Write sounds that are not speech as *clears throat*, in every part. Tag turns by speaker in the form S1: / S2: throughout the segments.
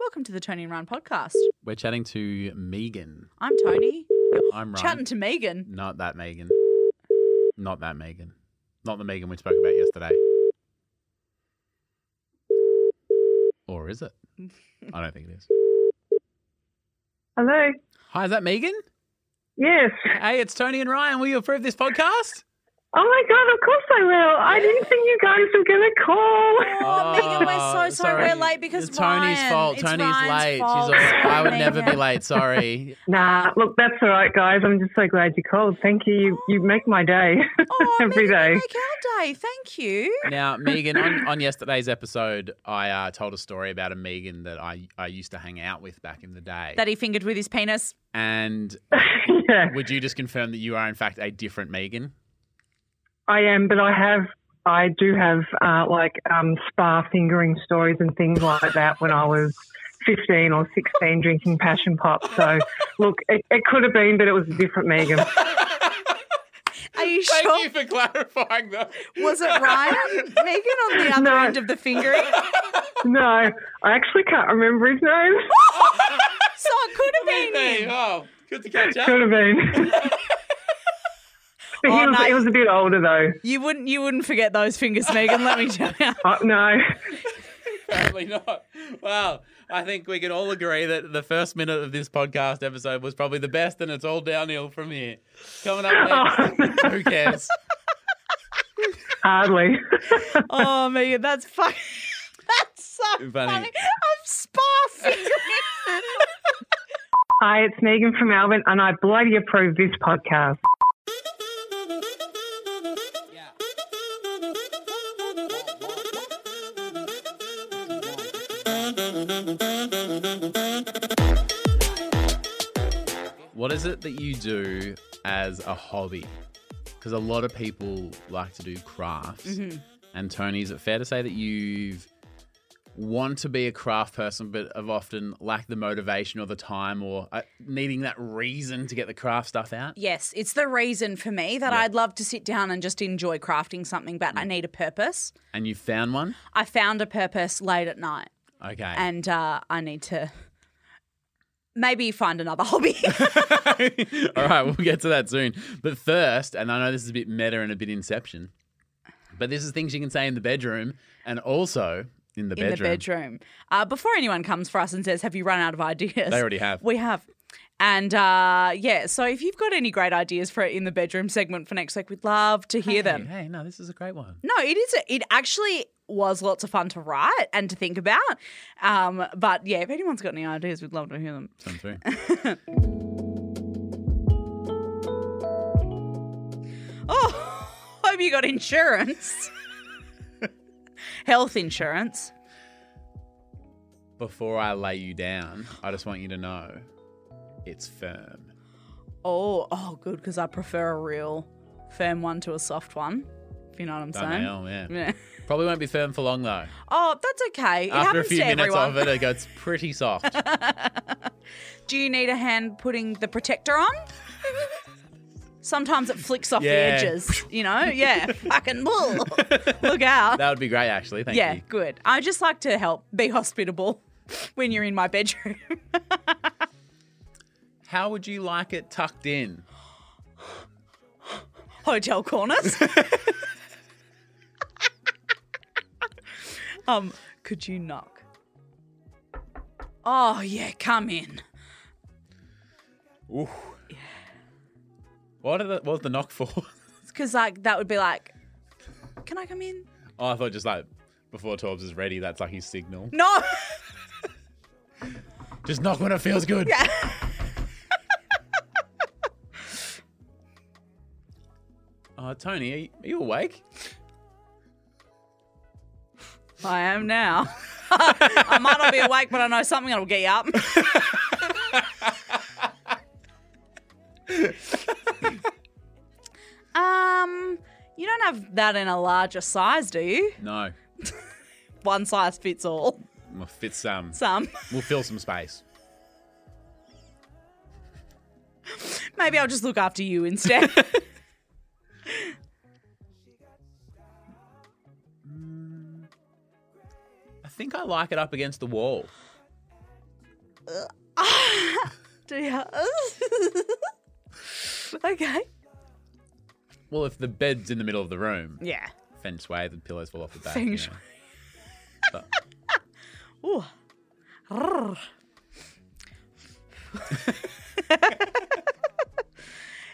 S1: welcome to the Tony and Ryan podcast.
S2: We're chatting to Megan.
S1: I'm Tony.
S2: I'm Ryan.
S1: Chatting to
S3: *laughs*
S1: Megan.
S2: Not that Megan. Not that Megan. Not the Megan we spoke about yesterday. Or
S1: *laughs*
S2: is it? I don't think it is.
S3: Hello.
S2: Hi, is that Megan?
S3: Yes.
S2: Hey, it's Tony and Ryan. Will you approve this podcast?
S3: Oh my God, of course I will. I didn't think you guys were going to
S1: Oh,
S3: call.
S1: Megan, we're so sorry.
S2: sorry.
S1: We're late because
S2: it's Tony's
S1: Ryan.
S2: fault.
S1: It's
S2: Tony's
S1: Ryan's
S2: late.
S1: fault.
S2: She's all,
S1: Sorry,
S2: I would never be
S1: Megan.
S2: late. Sorry.
S3: Nah, look, that's all right, guys. I'm just so glad you called. Thank you. You, you make my day *laughs*
S1: Oh,
S3: every
S1: Megan, you
S3: day.
S1: make our day. Thank you.
S2: Now, Megan, on, on yesterday's episode, I uh, told a story about a Megan that I, I used to hang out with back in the day.
S1: That he fingered with his penis.
S2: and
S3: yeah,
S2: would you just confirm that you are, in fact, a different Megan?
S3: I am, but I have. I do have uh, like um, spa fingering stories and things like that when I was 15 or 16 drinking passion pop. So, look, it, it could have been, but it was a different Megan.
S1: Are you
S2: Thank
S1: sure?
S2: you for clarifying that.
S1: Was it
S3: *laughs*
S1: Ryan? Megan on the other
S3: No.
S1: end of the fingering.
S3: No, I actually can't remember his name.
S1: So it could have been him.
S2: Oh, good to catch
S3: *laughs* Could have been. But
S1: Oh,
S3: he, was,
S1: no.
S3: he was a bit older though.
S1: You wouldn't you wouldn't forget those fingers, Megan, let me tell
S3: *laughs*
S1: you.
S3: Uh, no,
S2: Apparently not. Wow. I think we can all agree that the first minute of this podcast episode was probably the best, and it's all downhill from here. Coming
S3: *laughs*
S2: up
S3: Oh,
S2: next, who cares?
S3: hardly.
S1: Oh Megan, that's fuck *laughs* That's so funny.
S2: Funny.
S1: I'm spa
S3: *laughs*
S1: fingering.
S3: Hi, it's Megan from Melbourne, and I bloody approve this podcast.
S2: What is it that you do as a hobby? Because a lot of people like to do crafts.
S1: Mm-hmm.
S2: And Tony, is it fair to say that you've want to be a craft person, but have often lacked the motivation or the time or uh, needing that reason to get the craft stuff out?
S1: Yes, it's the reason for me that I'd love to sit down and just enjoy crafting something, but I need a purpose.
S2: And you found one?
S1: I found a purpose late at night
S2: Okay.
S1: and uh, I need to maybe find another *laughs* hobby.
S2: *laughs* All right, we'll get to that soon. But first, and I know this is a bit meta and a bit inception, but this is things you can say in the bedroom and also in the
S1: in
S2: bedroom.
S1: the bedroom. Uh, before anyone comes for us and says, Have you run out of ideas?
S2: They already have.
S1: We have. And uh, yeah, so if you've got any great ideas for it in the bedroom segment for next week, we'd love to hear
S2: Hey,
S1: them.
S2: hey, no, this is a great one.
S1: No, it is. It actually was lots of fun to write and to think about. Um, but yeah, if anyone's got any ideas, we'd love to hear them. *laughs*
S2: Come through.
S1: Oh, *laughs* hope you got insurance, *laughs* health insurance.
S2: Before I lay you down, I just want you to know it's firm.
S1: Oh, oh, good because I prefer a real firm one to a soft one. If you know what I'm
S2: Don't
S1: saying.
S2: know, yeah.
S1: *laughs* Yeah.
S2: Probably won't be firm for long though.
S1: Oh, that's okay. It
S2: After a
S1: happens
S2: few
S1: to
S2: minutes
S1: everyone.
S2: of it, it goes
S1: *laughs*
S2: pretty soft.
S1: Do you need a hand putting the protector on? *laughs* Sometimes it flicks off
S2: Yeah.
S1: the edges, you know?
S2: *laughs*
S1: Yeah. Fucking look look out.
S2: that would be great, actually. Thank
S1: yeah,
S2: you.
S1: good. I just like to help be hospitable *laughs* when you're in my bedroom.
S2: How would you like it tucked in?
S1: Hotel corners. um, could you knock? Oh yeah, come in.
S2: Ooh. What, are the, what was the knock for? *laughs*
S1: Cause like that would be like, can I come in?
S2: Oh, I thought just like before Torbs is ready, that's like his signal.
S1: No.
S2: Just knock when it feels good. *laughs*
S1: *laughs*
S2: Oh, Tony, are you, are you awake?
S1: I am now. *laughs* I might not be awake, but I know something that'll get you up. *laughs* um, you don't have that in a larger size, do you?
S2: No.
S1: One size fits all.
S2: We'll fit some.
S1: Some.
S2: We'll fill some space.
S1: Maybe I'll just look after you instead.
S2: I think I like it up against the wall.
S1: Do you? *laughs* okay.
S2: Well, if the bed's in the middle of the room,
S1: Yeah.
S2: feng shui, the pillows fall off the back.
S1: Feng
S2: you
S1: shui.
S2: know.
S1: Ooh. Rrr.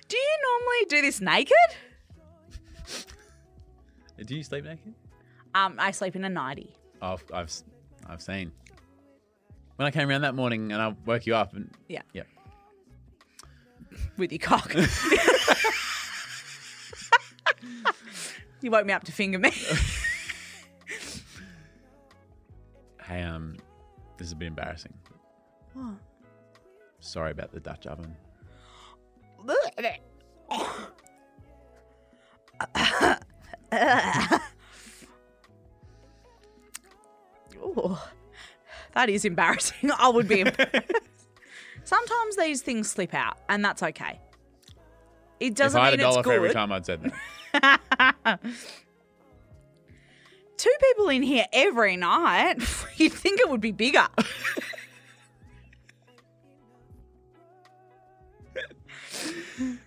S1: do you normally do this naked?
S2: Do you sleep naked?
S1: Um, I sleep in a nighty.
S2: I've, I've, I've seen. When I came around that morning and I woke you up, and
S1: Yeah.
S2: yeah,
S1: With your cock. *laughs* you woke me up to finger me.
S2: hey, um, this is a bit embarrassing.
S1: What?
S2: Sorry about the Dutch oven.
S1: Ooh, that is embarrassing. I would be.
S2: *laughs*
S1: embarrassed. Sometimes these things slip out, and that's okay. It doesn't
S2: if I had
S1: mean
S2: a dollar
S1: it's
S2: for every
S1: good.
S2: time I'd said that, *laughs*
S1: Two people in here every night. *laughs* You'd think it would be bigger.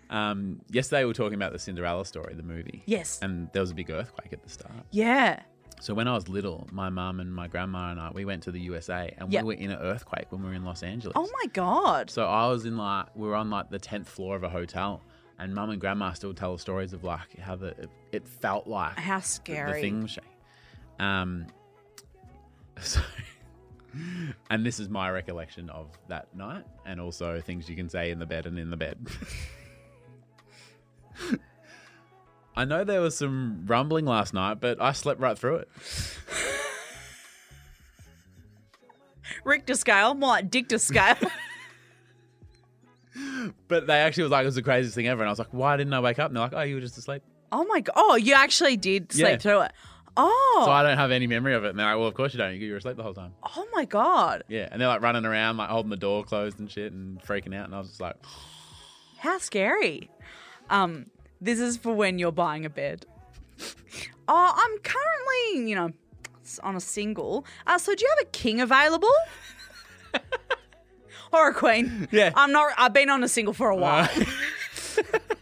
S2: um, yesterday we were talking about the Cinderella story, the movie.
S1: Yes.
S2: And there was a big earthquake at the start.
S1: yeah.
S2: So when I was little, my mum and my grandma and I, we went to the USA and
S1: Yep.
S2: we were in an earthquake when we were in Los Angeles.
S1: Oh my god.
S2: So I was in like we were on like the tenth floor of a hotel, and mum and grandma still tell stories of like how the it, it felt like
S1: How
S2: the-
S1: scary.
S2: the thing was shaking. Um, *laughs* so, and this is my recollection of that night, and also things you can say in the bed and in the bed. *laughs* I know there was some rumbling last night, but I slept right through it.
S1: Richter scale, more like Dicta scale.
S2: But they actually was like, it was the craziest thing ever. And I was like, why didn't I wake up? And they're like, oh, you were just asleep.
S1: *laughs* oh my god. Oh, you actually did sleep
S2: Yeah.
S1: through it. Oh.
S2: So I don't have any memory of it. And they're like, well, of course you don't. You were asleep the whole time.
S1: oh my god.
S2: Yeah. And they're like running around, like holding the door closed and shit and freaking out. And I was just like,
S1: How scary. Um, this is for when you're buying a bed. Oh, I'm currently, you know, s- on a single. Uh, so do you have a king
S2: *laughs*
S1: available? or a queen?
S2: Yeah. Uh,
S1: I'm not I've been on a single for a while.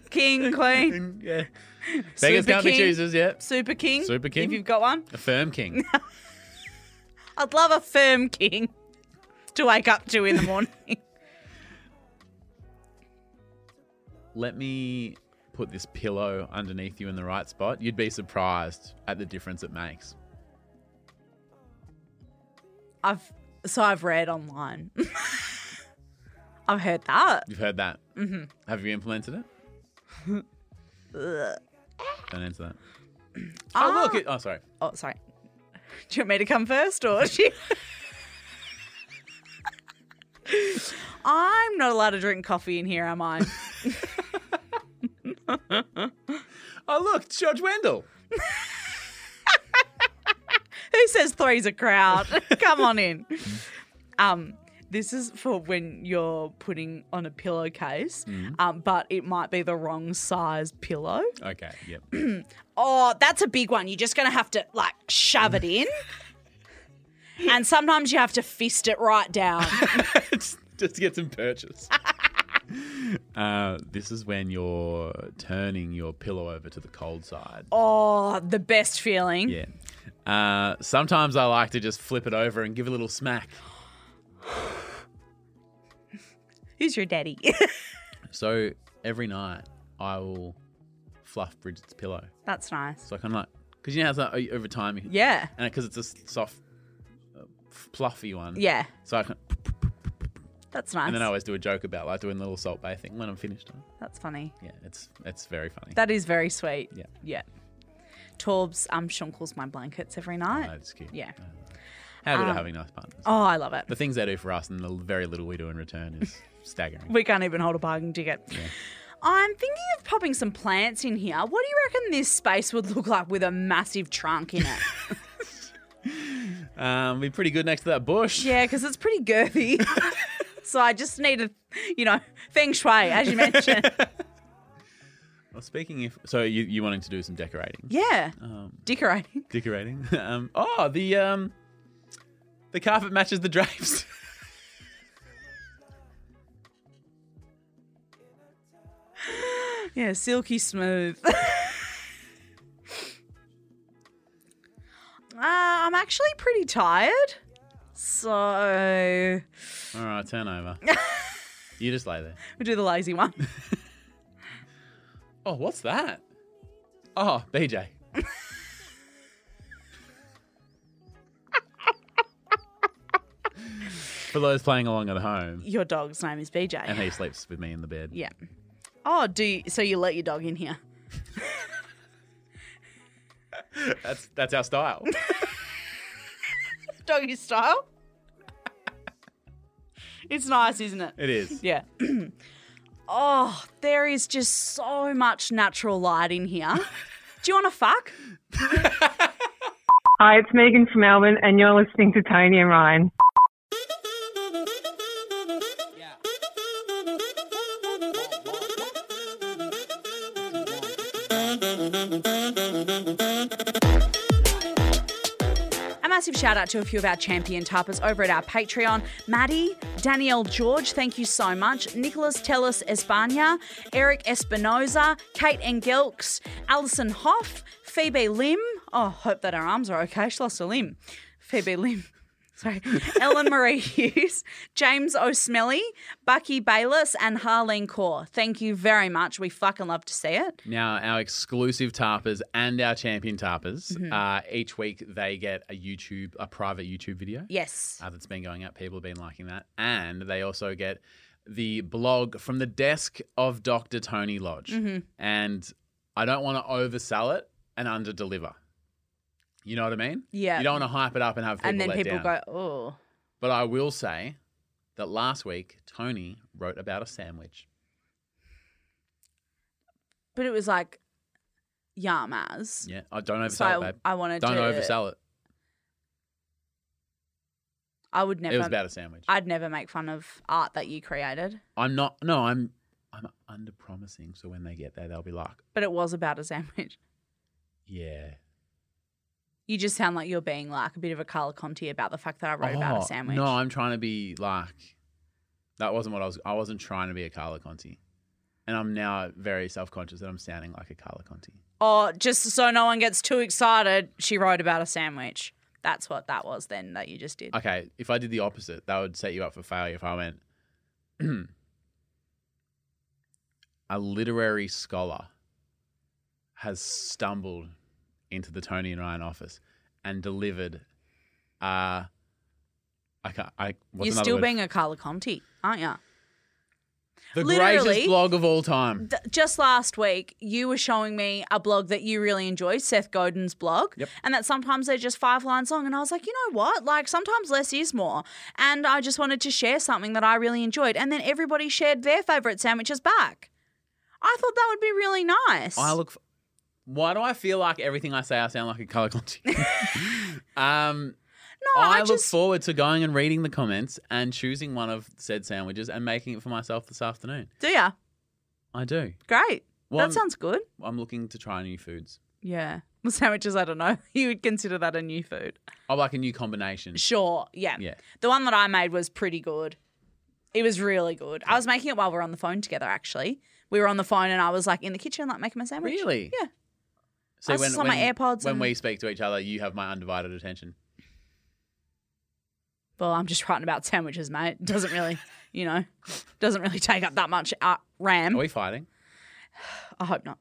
S1: king, queen,
S2: *laughs* yeah.
S1: *laughs*
S2: Beggars
S1: Super
S2: can't be
S1: king.
S2: choosers, yeah.
S1: super king.
S2: Super king.
S1: If you've got one.
S2: A
S1: *laughs*
S2: firm king.
S1: I'd love a firm king *laughs* to wake up to in the
S2: *laughs*
S1: morning.
S2: Let me put this pillow underneath you in the right spot. You'd be surprised at the difference it makes.
S1: I've so I've read online. *laughs* I've heard that.
S2: You've heard that. Mm-hmm. Have you implemented it?
S1: *laughs*
S2: Don't answer that.
S1: Ah.
S2: Oh, look. It, oh, sorry.
S1: Oh, sorry. *laughs* Do you want me to come first or *laughs* do you... I'm not allowed to drink coffee in here, am *laughs* I?
S2: Oh, look. It's George Wendell.
S1: Who says three's a crowd? *laughs* come on in. Um, this is for when you're putting on a pillowcase, um, but it might be the wrong size pillow.
S2: Okay.
S1: *laughs*
S2: Yep.
S1: Oh, that's a big one. You're just going to have to like shove it in. *laughs* and sometimes you have to fist it right *laughs* down.
S2: just just to get some purchase. *laughs* uh, this is when you're turning your pillow over to the cold side.
S1: oh, the best feeling.
S2: Yeah. Uh, sometimes I like to just flip it over and give it a little smack.
S1: Who's your daddy? *laughs*
S2: So every night I will fluff Bridget's pillow.
S1: That's nice.
S2: So I kind of like, because you know how it's like, over time, you,
S1: Yeah.
S2: and because it's a s- soft, uh, fluffy one.
S1: Yeah.
S2: So I can,
S1: That's nice.
S2: and then I always do a joke about like doing the little salt bay thing when I'm finished.
S1: That's funny.
S2: Yeah, it's it's very funny.
S1: That is very sweet.
S2: Yeah.
S1: Yeah. Torb's um shunkles my blankets every night.
S2: That's cute.
S1: Yeah.
S2: How good are
S1: Um,
S2: having nice partners.
S1: Oh, I love it.
S2: the things they do for us and the very little we do in return is staggering.
S1: We can't even hold a bargain ticket. I'm thinking of popping some plants in here. What do you reckon this space would look like with a massive trunk in
S2: *laughs*
S1: it?
S2: Um, be pretty good next to that bush.
S1: yeah, because it's pretty girthy.
S2: *laughs*
S1: so I just need a, you know, feng shui, as you
S2: *laughs*
S1: mentioned.
S2: Well, speaking of, so you you wanting to do some decorating?
S1: Yeah.
S2: Um,
S1: Decorating.
S2: *laughs* decorating. um, oh, the um, the carpet matches the drapes.
S1: Yeah, silky smooth. *laughs* uh, I'm actually pretty tired. So
S2: All right, turn over. you just lay there.
S1: we'll do the lazy one. *laughs*
S2: Oh, what's that? Oh, BJ. For those playing along at home,
S1: Your dog's name is BJ.
S2: and he sleeps with me in the bed.
S1: yeah. Oh, do you, so you let your dog in here?
S2: That's that's our style.
S1: Doggy style. *laughs* it's nice, isn't it?
S2: It is.
S1: Yeah. *clears throat* oh, there is just so much natural light in here.
S2: *laughs*
S1: Do you want to fuck?
S3: Hi, it's Megan from Melbourne, and you're listening to Tony and Ryan.
S1: A massive shout out to a few of our champion typers over at our Patreon. Maddie, Danielle George, thank you so much. Nicholas Tellus Espana, Eric Espinoza, Kate Engelks, Alison Hoff, Phoebe Lim. Oh, hope that our arms are okay. She lost a limb. Phoebe Lim. *laughs* Sorry. Ellen Marie Hughes, James O'Smelly, Bucky Bayless, and Harlene Kaur. Thank you very much. We fucking love to see it.
S2: Now, our exclusive tarpers and our champion tarpers,
S1: Mm-hmm.
S2: uh, each week they get a YouTube, a private YouTube video
S1: Yes.
S2: uh, that's been going up. People have been liking that. And they also get the blog from the desk of Dr. Tony Lodge.
S1: Mm-hmm.
S2: And I don't want to oversell it and underdeliver. You know what I mean?
S1: Yeah.
S2: You don't want to hype it up and have people
S1: and then
S2: let
S1: people
S2: down.
S1: go, oh.
S2: But I will say that last week, Tony wrote about a sandwich.
S1: But it was like, yamas.
S2: Yeah. I don't oversell
S1: So
S2: it,
S1: I,
S2: babe.
S1: I wanted
S2: Don't
S1: to.
S2: oversell it.
S1: I would never.
S2: It was about a sandwich.
S1: I'd never make fun of art that you created,
S2: I'm not. No, I'm. I'm under promising. So when they get there, they'll be like,
S1: but it was about a sandwich.
S2: "Yeah,
S1: You just sound like you're being like a bit of a Carla Conti about the fact that I wrote about
S2: Oh,
S1: a sandwich.
S2: No, I'm trying to be like. That wasn't what I was. I wasn't trying to be a Carla Conti, and I'm now very self conscious that I'm sounding like a Carla Conti.
S1: Or just so no one gets too excited, she wrote about a sandwich. That's what that was then that you just did.
S2: Okay, if I did the opposite, that would set you up for failure. If I went, *clears throat* a literary scholar has stumbled into the Tony and Ryan office and delivered. Uh, I can't. I what's
S1: you're
S2: another
S1: still
S2: word?
S1: being a Carla Conti, aren't you?
S2: the
S1: literally-
S2: greatest blog of all time.
S1: th- just last week, you were showing me a blog that you really enjoy, Seth Godin's blog,
S2: Yep.
S1: and that sometimes they're just five lines long. And I was like, you know what? Like sometimes less is more. And I just wanted to share something that I really enjoyed. And then everybody shared their favorite sandwiches back. I thought that would be really nice.
S2: I look. F- Why do I feel like everything I say I sound like a color Conti? *laughs* um,
S1: no, Oh, I,
S2: I, look
S1: just
S2: forward to going and reading the comments and choosing one of said sandwiches and making it for myself this afternoon.
S1: do ya.
S2: I do.
S1: Great.
S2: Well, I'm-
S1: that sounds good.
S2: I'm looking to try new foods.
S1: Yeah. *laughs* Well, sandwiches, I don't know. *laughs* You would consider that a new food.
S2: I Oh, like a new combination.
S1: Sure. Yeah.
S2: Yeah.
S1: The one that I made was pretty good. It was really good. I was making it while we were on the phone together, actually. We were on the phone and I was like in the kitchen, like making my sandwich.
S2: Really?
S1: Yeah.
S2: So
S1: I was just on my AirPods
S2: when
S1: and-
S2: we speak to each other, you have my undivided attention.
S1: Well, I'm just writing about sandwiches, mate. *laughs* Doesn't really, you know, doesn't really take up that much uh, RAM.
S2: Are we fighting?
S1: I hope not.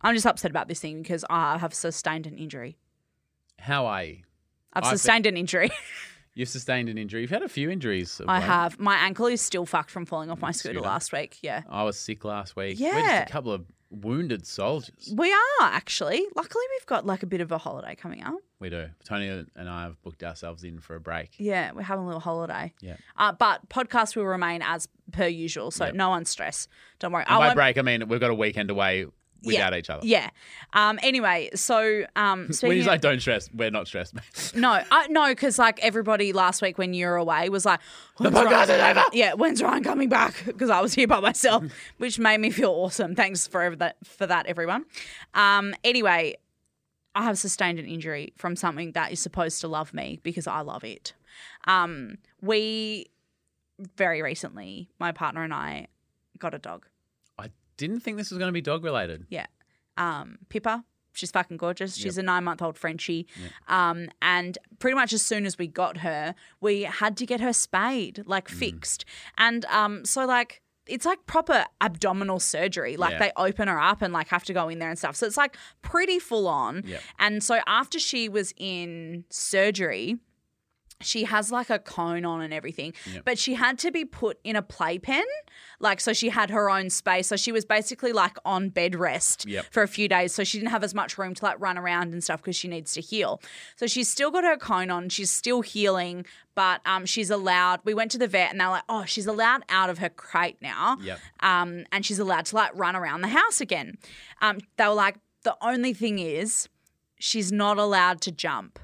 S1: I'm just upset about this thing because I have sustained an injury.
S2: How are you?
S1: I've
S2: I think-
S1: sustained an
S2: *laughs*
S1: injury.
S2: You've sustained an injury. You've had a few injuries. of
S1: I
S2: late.
S1: have. My ankle is still fucked from falling off my scooter
S2: Scooter.
S1: last week. Yeah.
S2: I was sick last week. We're
S1: Yeah.
S2: just a couple of wounded soldiers.
S1: We are actually. Luckily, we've got like a bit of a holiday coming up.
S2: We do. Tony and I have booked ourselves in for a break.
S1: Yeah, we're having a little holiday.
S2: Yeah.
S1: Uh, but podcast will remain as per usual, so no one stress. Don't worry.
S2: And by
S1: won't-
S2: break, I mean we've got a weekend away without each other.
S1: Yeah. Um. Anyway, so um.
S2: When
S1: Speaking
S2: he's
S1: of,
S2: like, "Don't stress," we're not stressed. mate. *laughs*
S1: *laughs* no, I, no, because like everybody last week when you were away was like, the
S2: podcast is over.
S1: Yeah, when's Ryan coming back? *laughs* Because I was here by myself, *laughs* which made me feel awesome. Thanks for that for that, everyone. Um. Anyway, I have sustained an injury from something that is supposed to love me because I love it. Um. We very recently, my partner and I got a dog.
S2: I Didn't think this was going to be dog related.
S1: Yeah. Um, Pippa, she's fucking gorgeous. She's a nine month old Frenchie.
S2: Yep.
S1: Um, and pretty much as soon as we got her, we had to get her spayed, like
S2: Mm.
S1: fixed. And um, so, like, it's like proper abdominal surgery. Like,
S2: Yeah.
S1: they open her up and, like, have to go in there and stuff. So, it's like pretty full on.
S2: Yep.
S1: And so, after she was in surgery, she has like a cone on and everything,
S2: Yep.
S1: but she had to be put in a playpen. Like, so she had her own space. So she was basically like on bed rest
S2: Yep.
S1: for a few days. So she didn't have as much room to like run around and stuff because she needs to heal. So she's still got her cone on. She's still healing, but um, she's allowed. We went to the vet and they're like, oh, she's allowed out of her crate now
S2: Yep.
S1: um, and she's allowed to like run around the house again. Um, they were like, the only thing is she's not allowed to jump.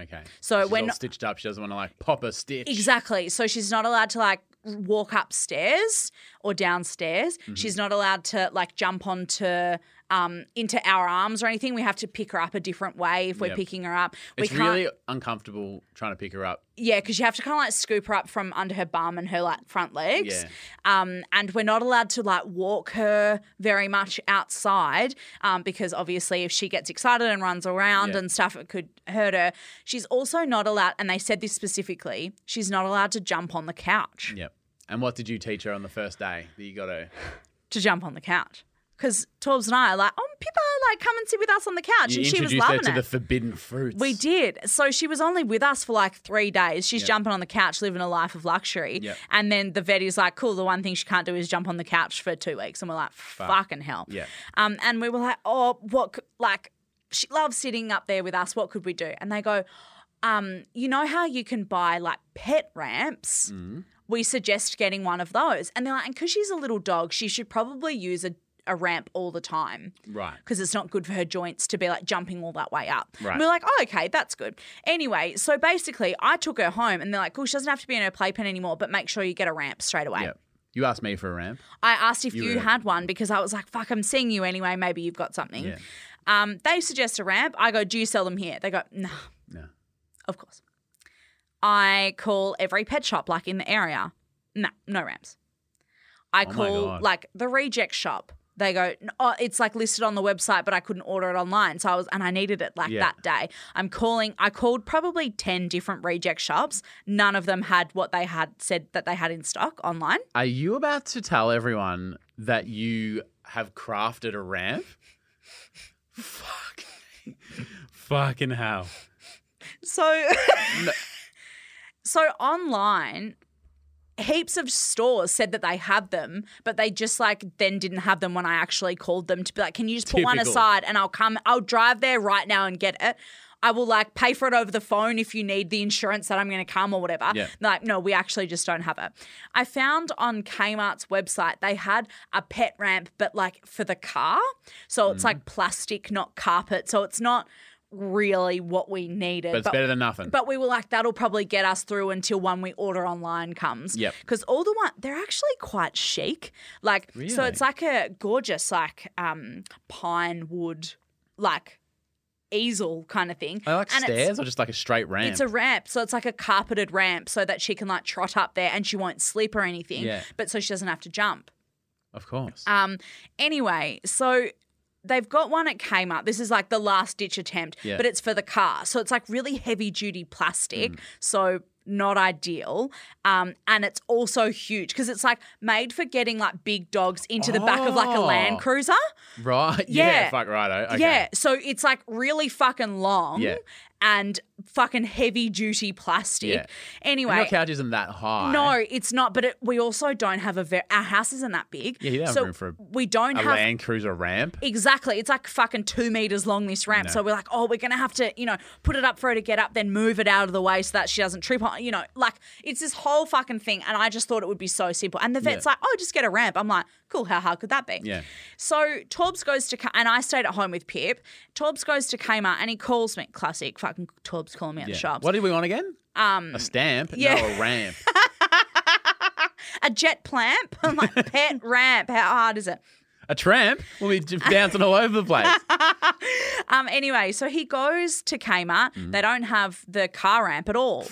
S2: Okay.
S1: So
S2: She's
S1: when-
S2: all stitched up, she doesn't want to like pop a stitch.
S1: Exactly. So she's not allowed to like walk upstairs or downstairs.
S2: Mm-hmm.
S1: She's not allowed to like jump onto um into our arms or anything. We have to pick her up a different way if we're
S2: Yep.
S1: picking her up. We
S2: It's really uncomfortable trying to pick her up.
S1: Yeah, because you have to kind of like scoop her up from under her bum and her like front legs.
S2: Yeah.
S1: Um, and we're not allowed to like walk her very much outside um, because obviously if she gets excited and runs around
S2: Yeah.
S1: and stuff, it could hurt her. She's also not allowed, and they said this specifically, she's not allowed to jump on the couch.
S2: Yep. And what did you teach her on the first day that you got her?
S1: To jump on the couch. Because Torbs and I are like, oh, Pippa, like come and sit with us on the couch.
S2: You
S1: and she was
S2: introduced her
S1: loving
S2: to
S1: it.
S2: the forbidden fruits.
S1: We did. So she was only with us for like three days. She's jumping on the couch, living a life of luxury.
S2: Yep.
S1: And then the vet is like, cool, the one thing she can't do is jump on the couch for two weeks. And we're like, fucking hell.
S2: Yeah.
S1: Um, and we were like, oh, what, c- like, she loves sitting up there with us. What could we do? And they go, um, you know how you can buy like pet ramps?
S2: Mm-hmm.
S1: We suggest getting one of those. And they're like, and because she's a little dog, she should probably use a, a ramp all the time
S2: Right.
S1: because it's not good for her joints to be like jumping all that way up.
S2: Right.
S1: And we're like, oh, okay, that's good. Anyway, so basically, I took her home and they're like, cool, she doesn't have to be in her playpen anymore, but make sure you get a ramp straight away.
S2: Yep. You asked me for a ramp.
S1: I asked if you,
S2: were-
S1: had one because I was like, fuck, I'm seeing you anyway. Maybe you've got something.
S2: Yeah.
S1: Um, they suggest a ramp. I go, do you sell them here? They go, no,
S2: No.
S1: of course. I call every pet shop like in the area. No, no ramps. I
S2: Oh my
S1: call
S2: God.
S1: like the reject shop. They go, "N- oh, it's like listed on the website, but I couldn't order it online. So I was, and I needed it like
S2: Yeah.
S1: that day. I'm calling, I called probably 10 different reject shops. None of them had what they had said that they had in stock online.
S2: Are you about to tell everyone that you have crafted a ramp? *laughs* Fuck. Fucking hell.
S1: So,
S2: No.
S1: *laughs* so online, heaps of stores said that they had them, but they just like then didn't have them when I actually called them to be like, "Can you just put one
S2: Typical.
S1: aside and I'll come? I'll drive there right now and get it." I will like pay for it over the phone if you need the insurance that I'm going to come or whatever.
S2: Yeah.
S1: They're Like, no, we actually just don't have it. I found on Kmart's website they had a pet ramp, but like for the car. So
S2: Mm.
S1: it's like plastic, not carpet. So it's not really what we needed.
S2: But it's better than nothing.
S1: But we were like, that'll probably get us through until one we order online comes.
S2: Yep.
S1: Because all the one they're actually quite chic. Like so
S2: Really?
S1: it's like a gorgeous, like um pine wood like easel kind of thing.
S2: I like
S1: And it's-
S2: stairs or just like a straight Oh, ramp.
S1: It's a ramp, so it's like a carpeted ramp so that she can like trot up there and she won't slip or anything.
S2: Yeah.
S1: But so she doesn't have to jump.
S2: of course.
S1: Um, anyway, so they've got one at Kmart. This is like the last ditch attempt,
S2: Yeah.
S1: but it's for the car. So it's like really heavy duty plastic.
S2: Mm.
S1: So not ideal. Um, and it's also huge because it's like made for getting like big dogs into the back of like a Land
S2: Oh.
S1: Cruiser.
S2: right. *laughs* Yeah.
S1: yeah.
S2: Fuck righto. Okay.
S1: Yeah. So it's like really fucking long
S2: Yeah.
S1: and fucking heavy duty plastic.
S2: Yeah. And
S1: Anyway.
S2: your couch isn't that high.
S1: No, it's not. But it, we also don't have a ver- our house isn't that big.
S2: Yeah, you don't have
S1: so
S2: room for a-
S1: we don't
S2: A
S1: have
S2: Land Cruiser ramp.
S1: Exactly. It's like fucking two meters long, this ramp. So we're like, oh, we're going to have to, you know, put it up for her to get up, then move it out of the way so that she doesn't trip on, you know, like it's this whole fucking thing. And I just thought it would be so simple. And the vet's like, oh, just get a ramp. I'm like, cool. How hard could that be?
S2: Yeah.
S1: So Torbs goes to, K- and I stayed at home with Pip. Torbs goes to Kmart and he calls me. Classic fucking Torbs calling me at
S2: Yeah.
S1: the shops.
S2: What did we want again? Um, a stamp?
S1: yeah.
S2: No,
S1: *laughs*
S2: a ramp.
S1: a jet plamp? *laughs* I'm like, pet ramp. How hard is it?
S2: a tramp? We'll be just bouncing all over the place.
S1: *laughs*
S2: Mm-hmm.
S1: Um, anyway, so he goes to Kmart. They don't have the car ramp at all.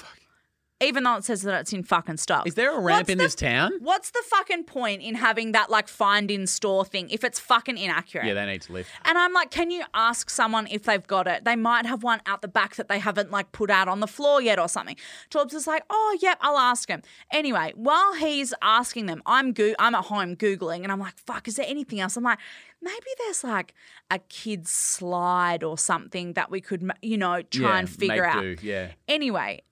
S1: even though it says that it's in fucking stock.
S2: Is there a ramp
S1: What's
S2: in
S1: the-
S2: this town?
S1: What's the fucking point in having that like find in store thing if it's fucking inaccurate?
S2: Yeah, they need to leave.
S1: And I'm like, can you ask someone if they've got it? They might have one out the back that they haven't like put out on the floor yet or something. Torb's is like, oh yep, I'll ask him. Anyway, while he's asking them, I'm go- I'm at home googling, and I'm like, fuck, is there anything else? I'm like, maybe there's like a kid's slide or something that we could, ma- you know, try
S2: yeah,
S1: and figure
S2: make
S1: out.
S2: Do. Yeah.
S1: Anyway,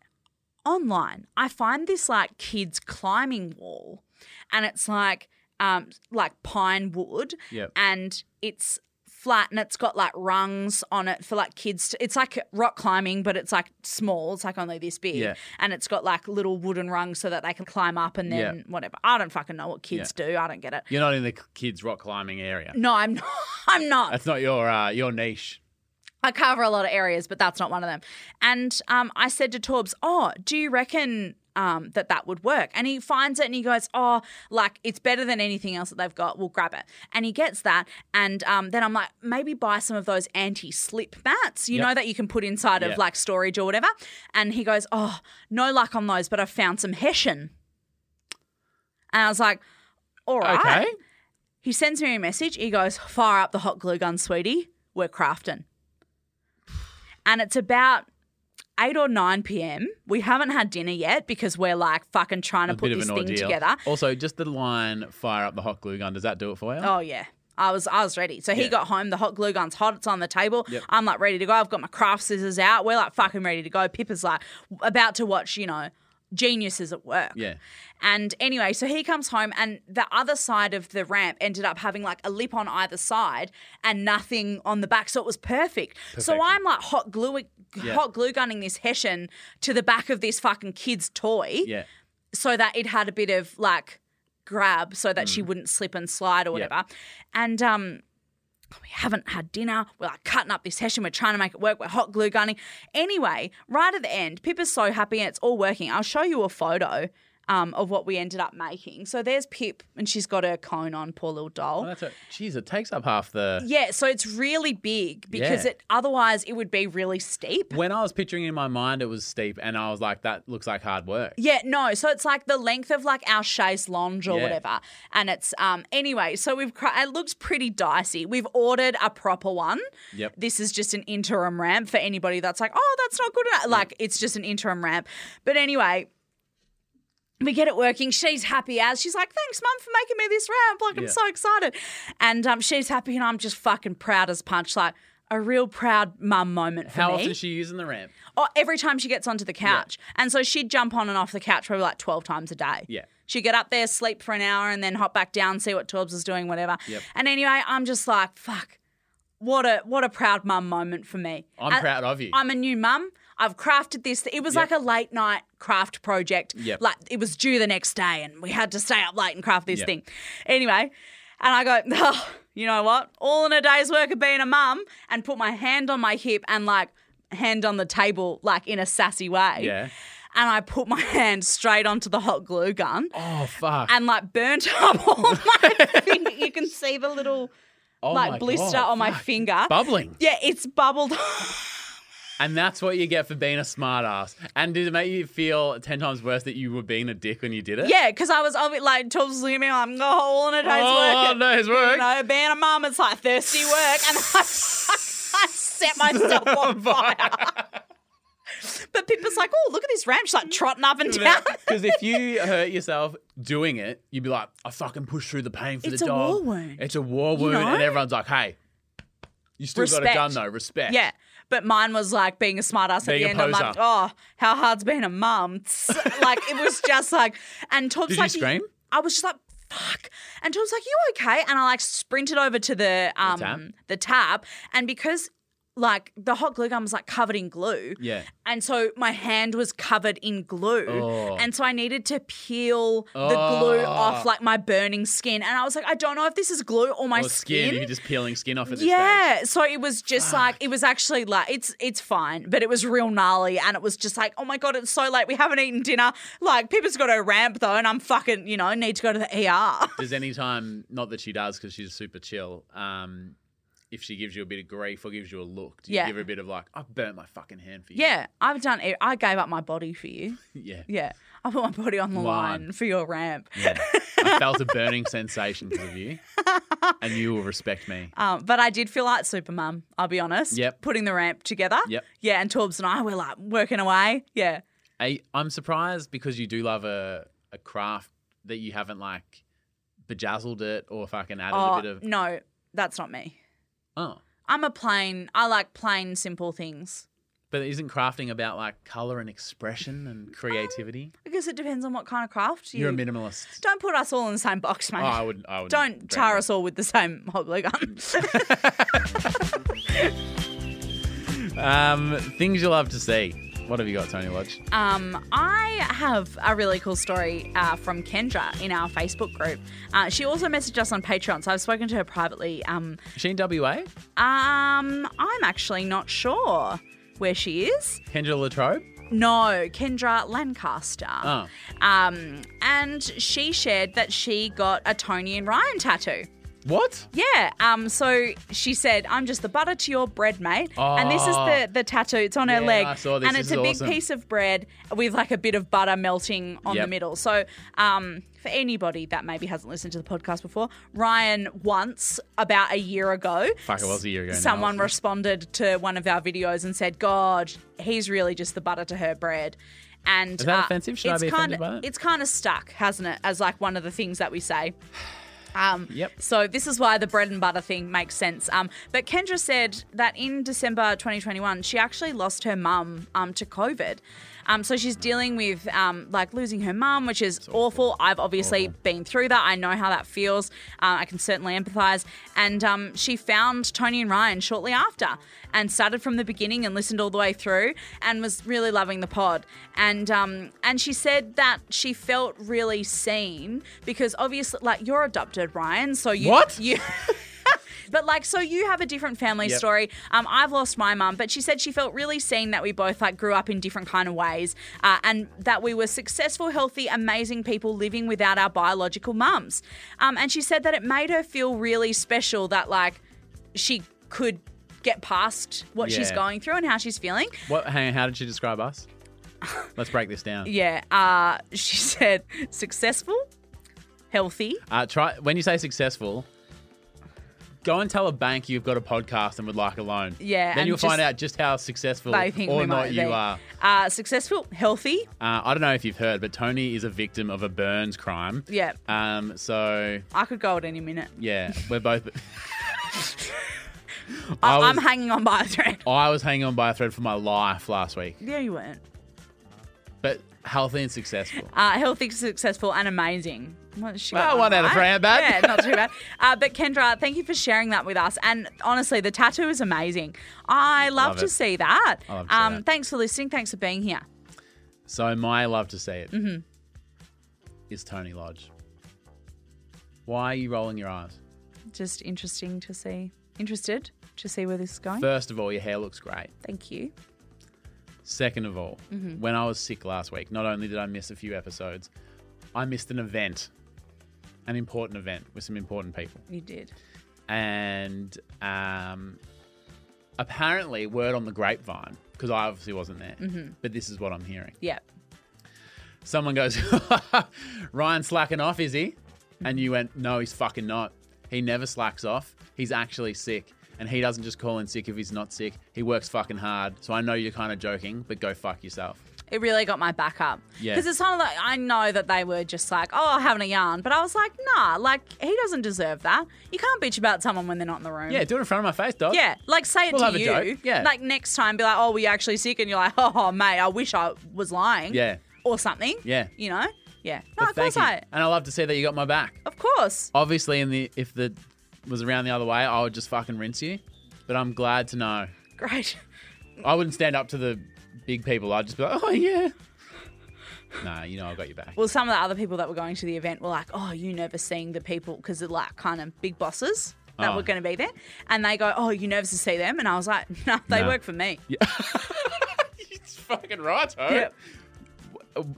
S1: online, I find this like kids climbing wall, and it's like um like pine wood,
S2: Yep.
S1: and it's flat and it's got like rungs on it for like kids to, it's like rock climbing but it's like small it's like only this big
S2: Yeah.
S1: and it's got like little wooden rungs so that they can climb up and then
S2: Yeah.
S1: whatever i don't fucking know what kids do i don't get it
S2: You're not in the kids rock climbing area.
S1: no i'm *laughs* not i'm not
S2: That's not your uh, your niche.
S1: I cover a lot of areas, but that's not one of them. And um, I said to Torbs, "Oh, do you reckon um, that that would work?" And he finds it and he goes, "Oh, like it's better than anything else that they've got. We'll grab it." And he gets that, and um, then I'm like, maybe buy some of those anti-slip mats, you
S2: Yep.
S1: know, that you can put inside of
S2: Yep.
S1: like storage or whatever. And he goes, "Oh, no luck on those, but I found some Hessian." And I was like, "All right."
S2: Okay.
S1: He sends me a message. He goes, Fire up the hot glue gun, sweetie. We're crafting. And it's about 8 or 9 p.m. We haven't had dinner yet because we're like fucking trying to
S2: a
S1: put
S2: bit of
S1: this
S2: an
S1: thing
S2: ordeal.
S1: together.
S2: Also, just the line "fire up the hot glue gun." Does that do it for you?
S1: Oh, yeah. I was I was ready. So he
S2: Yeah.
S1: got home, the hot glue gun's hot, it's on the table.
S2: Yep.
S1: I'm like ready to go. I've got my craft scissors out. We're like fucking ready to go. Pippa's like about to watch, you know, geniuses at work.
S2: Yeah.
S1: And anyway, so he comes home, and the other side of the ramp ended up having like a lip on either side and nothing on the back, so it was perfect. So
S2: Perfection.
S1: I'm like hot glue,
S2: Yeah.
S1: hot glue gunning this Hessian to the back of this fucking kid's toy,
S2: Yeah.
S1: so that it had a bit of like grab, so that she wouldn't slip and slide or
S2: Mm. Yeah.
S1: whatever. And um, we haven't had dinner. We're like cutting up this session. We're trying to make it work. We're hot glue gunning. Anyway, right at the end, Pippa's so happy and it's all working. I'll show you a photo um, of what we ended up making. So there's Pip, and she's got her cone on, poor little doll.
S2: Well, that's a, geez, it takes up half the.
S1: yeah, so it's really big because
S2: Yeah.
S1: it otherwise it would be really steep.
S2: When I was picturing in my mind, it was steep, and I was like, "That looks like hard work."
S1: Yeah, no. So it's like the length of like our chaise longue or
S2: Yeah.
S1: whatever. And it's um anyway, so we've cr- it looks pretty dicey. We've ordered a proper one.
S2: Yep.
S1: This is just an interim ramp for anybody that's like, "Oh, that's not good enough." Like it's just an interim ramp. But anyway, we get it working. She's happy as she's like, "Thanks, mum, for making me this ramp. Like I'm
S2: Yeah.
S1: so excited." And um she's happy and I'm just fucking proud as punch like a real proud mum moment for
S2: How
S1: me.
S2: often is she using the ramp?
S1: Oh, every time she gets onto the couch. And so she'd jump on and off the couch probably like 12 times a day.
S2: Yeah.
S1: She'd get up there, sleep for an hour, and then hop back down, see what Torbs is doing, whatever.
S2: Yep.
S1: And anyway, I'm just like, fuck, what a what a proud mum moment for me.
S2: I'm
S1: And
S2: proud of you.
S1: Uh, I'm a new mum. I've crafted this. It was
S2: Yep.
S1: like a late night craft project.
S2: Yep.
S1: Like it was due the next day, and we had to stay up late and craft this
S2: Yep.
S1: thing. Anyway, and I go, oh, you know what? All in a day's work of being a mum, and put my hand on my hip and like hand on the table, like in a sassy way.
S2: Yeah.
S1: And I put my *laughs* hand straight onto the hot glue gun
S2: Oh fuck!
S1: and like burnt *laughs* up all
S2: *laughs*
S1: my finger. You can see the little
S2: oh, my
S1: like blister
S2: God,
S1: on my
S2: fuck.
S1: finger.
S2: Bubbling,
S1: *laughs* yeah, it's bubbled.
S2: and that's what you get for being a smartass. And did it make you feel ten times worse that you were being a dick when you did it?
S1: yeah, because I was of it like Torbs was looking at me. I'm oh, all in a day's
S2: Oh,
S1: work.
S2: no, it's work.
S1: You
S2: *laughs*
S1: know, being a mum, it's like thirsty work, and *laughs* I, I set
S2: *laughs*
S1: myself
S2: Oh,
S1: on fire. but Pippa's like, "Oh, look at this ramp! She's like trotting up and
S2: *laughs*
S1: down." *laughs*
S2: Because if you hurt yourself doing it, you'd be like, I fucking pushed through the pain for
S1: It's
S2: the
S1: a war
S2: dog.
S1: wound.
S2: It's a war wound.
S1: know?
S2: And everyone's like, hey, you still got
S1: Respect.
S2: a gun though. Respect.
S1: yeah. But mine was like being a smartass at
S2: Being
S1: the
S2: a
S1: end. I'm like,
S2: poser.
S1: oh, how hard's being a mum? like it was just like, and Torb's
S2: Did
S1: like,
S2: you scream?
S1: I was just like, fuck. And Tom's like, you okay? And I like sprinted over to the um the
S2: tap?
S1: tap, and because like the hot glue gun was like covered in glue.
S2: Yeah.
S1: And so my hand was covered in glue.
S2: Oh.
S1: And so I needed to peel the glue
S2: Oh.
S1: off like my burning skin. And I was like, I don't know if this is glue or my
S2: Or skin. You're just peeling skin off at this stage.
S1: yeah, so it was just like it was actually like it's it's fine, but it was real gnarly, and it was just like oh my god, it's so late, we haven't eaten dinner. Like Pippa's got her ramp though, and I'm fucking you know need to go to the ER.
S2: Does any time, not that she does because she's super chill, um, if she gives you a bit of grief or gives you a look, do you
S1: Yeah.
S2: give her a bit of like, I burnt my fucking hand for
S1: *laughs*
S2: you?
S1: Yeah, I've done it. I gave up my body for you.
S2: yeah.
S1: *laughs* Yeah. I put my body on the
S2: Line.
S1: line for your ramp.
S2: Yeah. I felt a burning sensation because of you, and you will respect me.
S1: Um, but I did feel like super mum, I'll be honest.
S2: Yep.
S1: Putting the ramp together.
S2: Yep.
S1: Yeah, and Torbs and I were like working away. Yeah.
S2: I, I'm surprised because you do love a, a craft that you haven't like bejazzled it or fucking added
S1: oh,
S2: a bit of.
S1: no, that's not me.
S2: Oh.
S1: I'm a plain, I like plain, simple things.
S2: But isn't crafting about like color and expression and
S1: Um,
S2: creativity?
S1: I guess it depends on what kind of craft you.
S2: You're a minimalist.
S1: Don't put us all in the same box, mate.
S2: Oh, I would. I would.
S1: Don't tar us all with the same *laughs* hooligan.
S2: *laughs* Um, things you love to see. What have you got, Tony Lodge?
S1: Um, I have a really cool story uh, from Kendra in our Facebook group. Uh, she also messaged us on Patreon, so I've spoken to her privately. Um,
S2: Is she in WA?
S1: um, I'm actually not sure where she is.
S2: Kendra Latrobe?
S1: No, Kendra Lancaster.
S2: Oh.
S1: Um, and she shared that she got a Tony and Ryan tattoo.
S2: What?
S1: Yeah. Um. So she said, "I'm just the butter to your bread, mate." And this is
S2: Oh.
S1: the the tattoo. It's on her
S2: Yeah,
S1: leg,
S2: I saw this.
S1: and
S2: This
S1: it's
S2: is
S1: a big
S2: awesome.
S1: piece of bread with like a bit of butter melting on
S2: Yep.
S1: the middle. So, um, for anybody that maybe hasn't listened to the podcast before, Ryan once about a year ago,
S2: Fuck, it was a year ago now,
S1: someone
S2: wasn't it?
S1: responded to one of our videos and said, "God, he's really just the butter to her bread." And uh,
S2: Is that offensive? Should I
S1: it's
S2: be
S1: kind
S2: offended by that?
S1: It's kind of stuck, hasn't it? As like one of the things that we say. Um,
S2: Yep.
S1: So this is why the bread and butter thing makes sense. Um, but Kendra said that in December 2021, she actually lost her mum um, to COVID. Um, so she's dealing with um, like losing her mum, which is awful. I've obviously been through that. I know how that feels. Uh, I can certainly empathise. And um, she found Tony and Ryan shortly after and started from the beginning and listened all the way through and was really loving the pod. And um, and she said that she felt really seen because obviously, like you're adopted, Ryan. So you
S2: What?
S1: you. But like, so you have a different family
S2: Yep.
S1: story. Um, I've lost my mum, but she said she felt really seen that we both like grew up in different kind of ways, uh, and that we were successful, healthy, amazing people living without our biological mums. Um, and she said that it made her feel really special that like she could get past what she's
S2: Yeah.
S1: going through and how she's feeling.
S2: What? Hang on, how did she describe
S1: *laughs*
S2: us? Let's break this down.
S1: Yeah, uh, *laughs* she said successful, healthy.
S2: Uh, try when you say successful. Go and tell a bank you've got a podcast and would like a loan.
S1: Yeah,
S2: Then
S1: and
S2: you'll find
S1: just-
S2: out just how successful
S1: They think
S2: or
S1: we
S2: not
S1: might
S2: you
S1: be.
S2: are.
S1: Uh, successful, healthy.
S2: Uh, I don't know if you've heard, but Tony is a victim of a Burns crime.
S1: Yeah,
S2: Um. So
S1: I could go at any minute.
S2: yeah,
S1: *laughs*
S2: we're both.
S1: I
S2: I was-
S1: I'm hanging on by a thread.
S2: I was hanging on by a thread for my life last week,
S1: Yeah, you weren't.
S2: but healthy and successful.
S1: Uh, healthy, successful, and amazing. Well, she got
S2: Well, one out of
S1: right.
S2: three ain't bad.
S1: Yeah, not too bad. Uh, but Kendra, thank you for sharing that with us. And honestly, the tattoo is amazing. I love,
S2: Love
S1: to
S2: it.
S1: see that.
S2: I love to see
S1: um,
S2: that.
S1: Thanks for listening. Thanks for being here.
S2: So my love to see it is
S1: mm-hmm.
S2: Tony Lodge. Why are you rolling your eyes?
S1: Just interesting to see. Interested to see where this is going.
S2: First of all, your hair looks great.
S1: Thank you.
S2: Second of all, when I was sick last week, not only did I miss a few episodes, I missed an event, an important event with some important people.
S1: You did.
S2: And um, apparently, word on the grapevine, because I obviously wasn't there, but this is what I'm hearing.
S1: Yeah.
S2: someone goes, *laughs* Ryan slacking off, is he? And you went, no, he's fucking not. He never slacks off. He's actually sick. And he doesn't just call in sick if he's not sick. He works fucking hard. So I know you're kind of joking, but go fuck yourself.
S1: It really got my back up.
S2: Yeah.
S1: Because it's kind of like, I know that they were just like, oh, having a yarn. But I was like, nah, like, he doesn't deserve that. You can't bitch about someone when they're not in the room.
S2: Yeah, do it in front of my face, dog.
S1: Yeah, like say it
S2: We'll
S1: to
S2: have a
S1: you.
S2: joke, yeah.
S1: Like next time, be like, "Oh, were you actually sick?" And you're like, "Oh, mate, I wish I was lying."
S2: Yeah.
S1: Or something.
S2: Yeah.
S1: You know. Yeah.
S2: But
S1: No, of course
S2: thank
S1: I.
S2: you. And I love to see that you got my back.
S1: Of course.
S2: Obviously, in the if the was around the other way, I would just fucking rinse you. But I'm glad to know.
S1: Great. *laughs*
S2: I wouldn't stand up to the big people. I'd just be like, oh yeah. Nah, you know I got your back.
S1: Well, some of the other people that were going to the event were like, "Oh, you nervous seeing the people because they're like kind of big bosses." That
S2: Oh.
S1: were going to be there, and they go, "Oh, you nervous to see them?" And I was like, *laughs* "No, they
S2: No.
S1: work for me."
S2: It's fucking right, ho.
S1: Yep.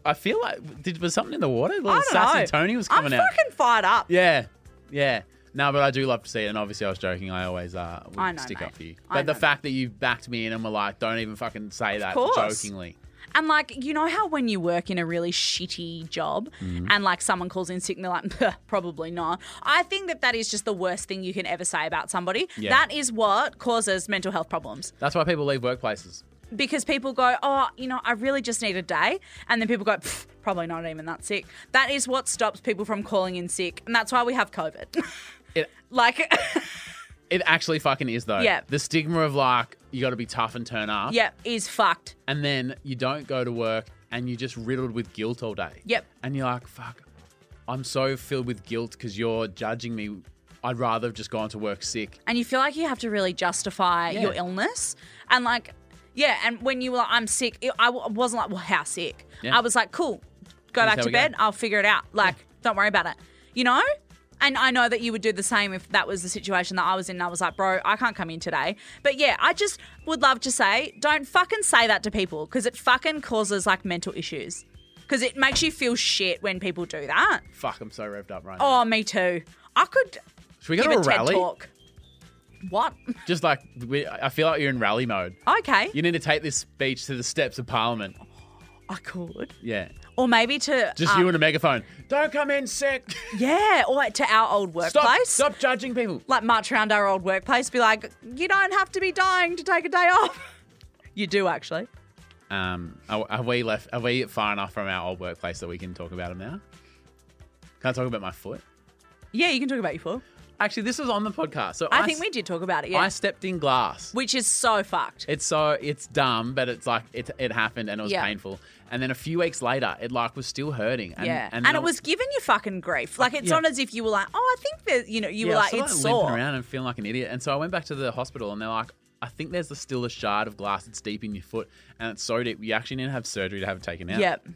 S2: I feel like did was something in the water? A
S1: I
S2: little
S1: don't
S2: sassy
S1: know.
S2: Tony was
S1: I'm
S2: coming out.
S1: fucking fired up.
S2: Yeah, yeah. No, but I do love to see it, and obviously I was joking. I always uh, would
S1: I know,
S2: stick
S1: mate.
S2: up for you.
S1: I
S2: But the
S1: know,
S2: fact that you backed me in and were like, "Don't even fucking say that,"
S1: course.
S2: jokingly.
S1: And like, you know how when you work in a really shitty job and like someone calls in sick and they're like, "Puh, probably not. I think that that is just the worst thing you can ever say about somebody.
S2: Yeah.
S1: That is what causes mental health problems
S2: That's why people leave workplaces.
S1: because people go, oh, you know, I really just need a day. And then people go, "Pff, probably not even that sick. That is what stops people from calling in sick. And that's why we have COVID. *laughs*
S2: It
S1: like, *laughs*
S2: it actually fucking is though.
S1: Yeah.
S2: The stigma of like you got to be tough and turn up.
S1: yeah, is fucked.
S2: And then you don't go to work and you're just riddled with guilt all day.
S1: Yep.
S2: And you're like, "Fuck, I'm so filled with guilt because you're judging me. I'd rather have just gone to work sick."
S1: and you feel like you have to really justify
S2: Yeah.
S1: your illness and like yeah and when you were like i'm sick it- i w- wasn't like well how sick
S2: Yeah.
S1: i was like cool go
S2: Here's
S1: back
S2: how
S1: to
S2: we go.
S1: bed i'll figure it out like don't worry about it you know and i know that you would do the same if that was the situation that i was in and i was like bro i can't come in today but yeah i just would love to say don't fucking say that to people because it fucking causes like mental issues because it makes you feel shit when people do that
S2: Fuck, I'm so revved up right now.
S1: oh me too i could
S2: Should we go
S1: give
S2: to
S1: a
S2: a
S1: ted
S2: rally?
S1: talk what
S2: Just like we, I feel like you're in rally mode.
S1: Okay.
S2: You need to take this speech to the steps of Parliament.
S1: I could.
S2: Yeah.
S1: Or maybe to.
S2: Just
S1: um,
S2: you and a megaphone. Don't come
S1: *laughs*
S2: in sick.
S1: Yeah, or to our old workplace.
S2: Stop, stop judging people.
S1: Like march around our old workplace, be like, you don't have to be dying to take a day off. You do, actually.
S2: Um, are, are we left? Are we far enough from our old workplace that we can talk about them now? Can I talk about my foot?
S1: Yeah, you can talk about your foot.
S2: Actually, this was on the podcast, so
S1: I,
S2: I,
S1: think
S2: s-
S1: we did talk about it, yeah.
S2: I stepped in glass.
S1: Which is so fucked.
S2: It's so it's dumb, but it's like it, it happened and it was
S1: Yeah.
S2: painful. And then a few weeks later, it like was still hurting. And,
S1: yeah. And,
S2: then
S1: it was giving you fucking grief. Like, it's
S2: yeah.
S1: not as if you were like, oh, I think that, you know, you
S2: yeah,
S1: were
S2: I
S1: like,
S2: was
S1: it's
S2: sort of limping
S1: sore.
S2: around and feeling like an idiot. And so I went back to the hospital, and they're like, "I think there's a, still a shard of glass that's deep in your foot, and it's so deep you actually need to have surgery to have it taken out."
S1: Yep.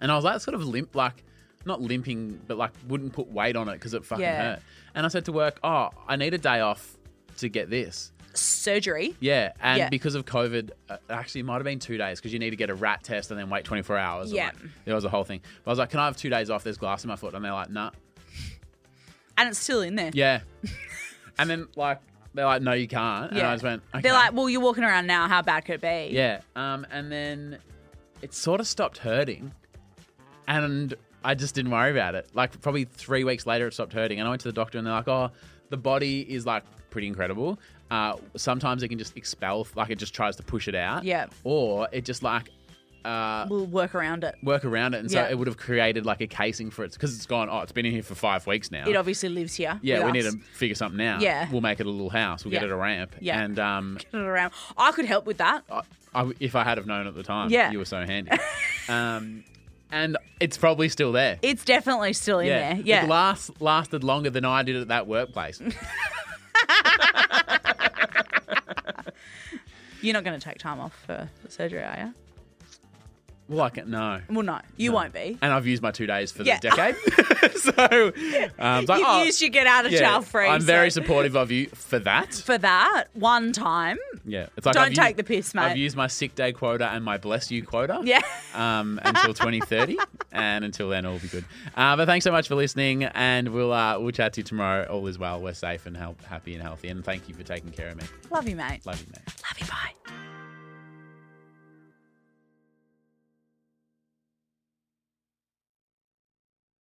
S2: And I was like, sort of limp, like not limping, but like wouldn't put weight on it because it fucking
S1: Yeah.
S2: hurt. And I said to work, "Oh, I need a day off to get this."
S1: Surgery.
S2: Yeah, and
S1: Yeah.
S2: because of COVID, uh, actually, it might have been two days because you need to get a rat test and then wait 24 hours. and,
S1: Yeah.
S2: like, there was a whole thing. But I was like, "Can I have two days off? There's glass in my foot," and they're like, "Nah."
S1: And it's still in there.
S2: Yeah. and then like they're like, no, you can't. And I
S1: Yeah.
S2: just went, okay.
S1: They're like, well, you're walking around now. How bad could it be?
S2: yeah. Um, and then it sort of stopped hurting, and I just didn't worry about it. Like probably three weeks later, it stopped hurting, and I went to the doctor, and they're like, oh, the body is like pretty incredible. Uh, sometimes it can just expel, like it just tries to push it out.
S1: Yeah.
S2: Or it just like. Uh,
S1: We'll work around it.
S2: work around it and
S1: Yeah.
S2: so it would have created like a casing for it because it's gone oh it's been in here for five weeks now
S1: It obviously lives here.
S2: Yeah,
S1: with
S2: we need
S1: us.
S2: to figure something out.
S1: Yeah.
S2: we'll make it a little house. We'll get
S1: Yeah.
S2: it a ramp.
S1: Yeah.
S2: and um,
S1: it around. I could help with that.
S2: I, I, if I had have known at the time,
S1: Yeah.
S2: you were so
S1: *laughs*
S2: handy. um, and it's probably still there.
S1: It's definitely still in there. Yeah.
S2: it last lasted longer than I did at
S1: *laughs*
S2: that workplace.
S1: You're not going to take time off for surgery, are you?
S2: well, I can no.
S1: Well, no, you won't be.
S2: And I've used my two days for
S1: Yeah.
S2: the
S1: *laughs*
S2: decade. *laughs* so um, it's like,
S1: You've
S2: oh,
S1: used your get out of
S2: yeah,
S1: jail free.
S2: I'm very
S1: so-
S2: supportive of you for that.
S1: for that one time.
S2: Yeah, it's like
S1: Don't
S2: I've
S1: take
S2: used-
S1: the piss,
S2: I've
S1: mate.
S2: used my sick day quota and my bless you quota.
S1: Yeah.
S2: *laughs* Um, until 2030, and until then, all will be good. Uh, but thanks so much for listening, and we'll uh, we'll chat to you tomorrow. All is well. We're safe and help, happy and healthy, and thank you for taking care of me.
S1: Love you, mate.
S2: Love you, mate.
S1: Love you. Bye.